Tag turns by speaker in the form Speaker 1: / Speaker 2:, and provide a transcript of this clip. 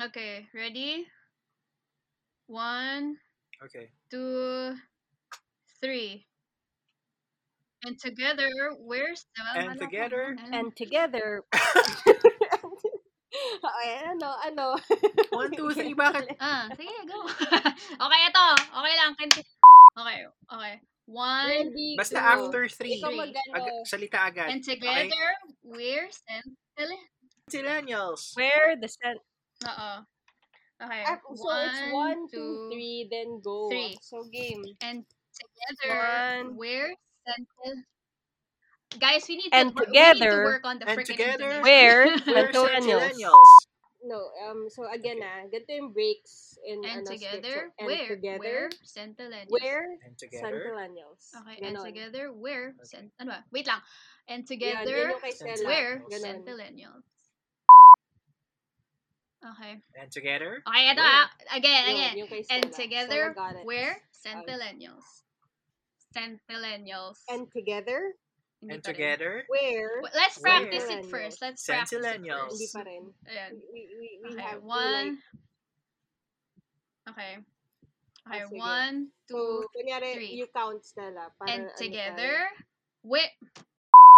Speaker 1: Okay, ready? One,
Speaker 2: Okay.
Speaker 1: two, three. And together we're seven.
Speaker 2: And together-
Speaker 3: and together. Ay, ano, ano.
Speaker 2: One, two, three, bakit?
Speaker 1: Ah, sige, go. okay, ito. Okay lang. Kanti- Okay, okay. One,
Speaker 3: Ready,
Speaker 2: Basta
Speaker 3: go.
Speaker 2: after three.
Speaker 3: Ikaw
Speaker 1: three.
Speaker 3: magano.
Speaker 2: Ag- salita agad.
Speaker 1: and together we're seven.
Speaker 2: Centennials.
Speaker 3: Where the cent?
Speaker 1: Uh-oh. Okay.
Speaker 3: Ah, so it's one, two,
Speaker 1: two,
Speaker 3: three, then go.
Speaker 1: three.
Speaker 3: So game.
Speaker 1: And together
Speaker 3: One.
Speaker 1: we're seven. Guys, we need
Speaker 3: And
Speaker 1: to, wor- we need
Speaker 3: together-
Speaker 1: to work on the
Speaker 2: And
Speaker 1: frickin'
Speaker 2: together-
Speaker 3: Where?
Speaker 2: We're
Speaker 3: Centennials.
Speaker 2: Centennials.
Speaker 3: No, um, so again ah, ganito yung breaks in
Speaker 1: and
Speaker 3: ano, skip. So,
Speaker 1: together
Speaker 3: and
Speaker 1: we're
Speaker 3: together,
Speaker 1: we're centillennials.
Speaker 3: where,
Speaker 2: And together.
Speaker 3: Santilanios.
Speaker 1: Okay, and together we're cent ano ba? Wait lang. And
Speaker 3: Yan,
Speaker 1: together
Speaker 3: yun yung kay Stella.
Speaker 1: we're
Speaker 2: Ganon.
Speaker 1: centillennials. Okay.
Speaker 2: And together.
Speaker 1: Okay, ito
Speaker 2: Where?
Speaker 1: ah. Again,
Speaker 3: Yun,
Speaker 1: again.
Speaker 3: yung kay
Speaker 1: And
Speaker 3: Stella.
Speaker 1: together
Speaker 3: Stella got it.
Speaker 1: we're centillennials. Centillennials.
Speaker 3: And together,
Speaker 1: Hindi
Speaker 2: And
Speaker 1: pa rin.
Speaker 2: together.
Speaker 3: where,
Speaker 1: Well, Let's
Speaker 2: Where?
Speaker 1: practice it first. Let's practice it
Speaker 2: Centillennials.
Speaker 3: hindi
Speaker 1: first.
Speaker 3: pa rin.
Speaker 1: Ayan.
Speaker 3: We, we, we
Speaker 1: Okay,
Speaker 3: have to,
Speaker 1: one.
Speaker 3: like,
Speaker 1: Okay. Okay,
Speaker 3: sige.
Speaker 1: one,
Speaker 3: so,
Speaker 1: two,
Speaker 3: kunyari,
Speaker 1: three.
Speaker 3: you count Stella. Para,
Speaker 1: and
Speaker 3: ano tayo.
Speaker 1: together, we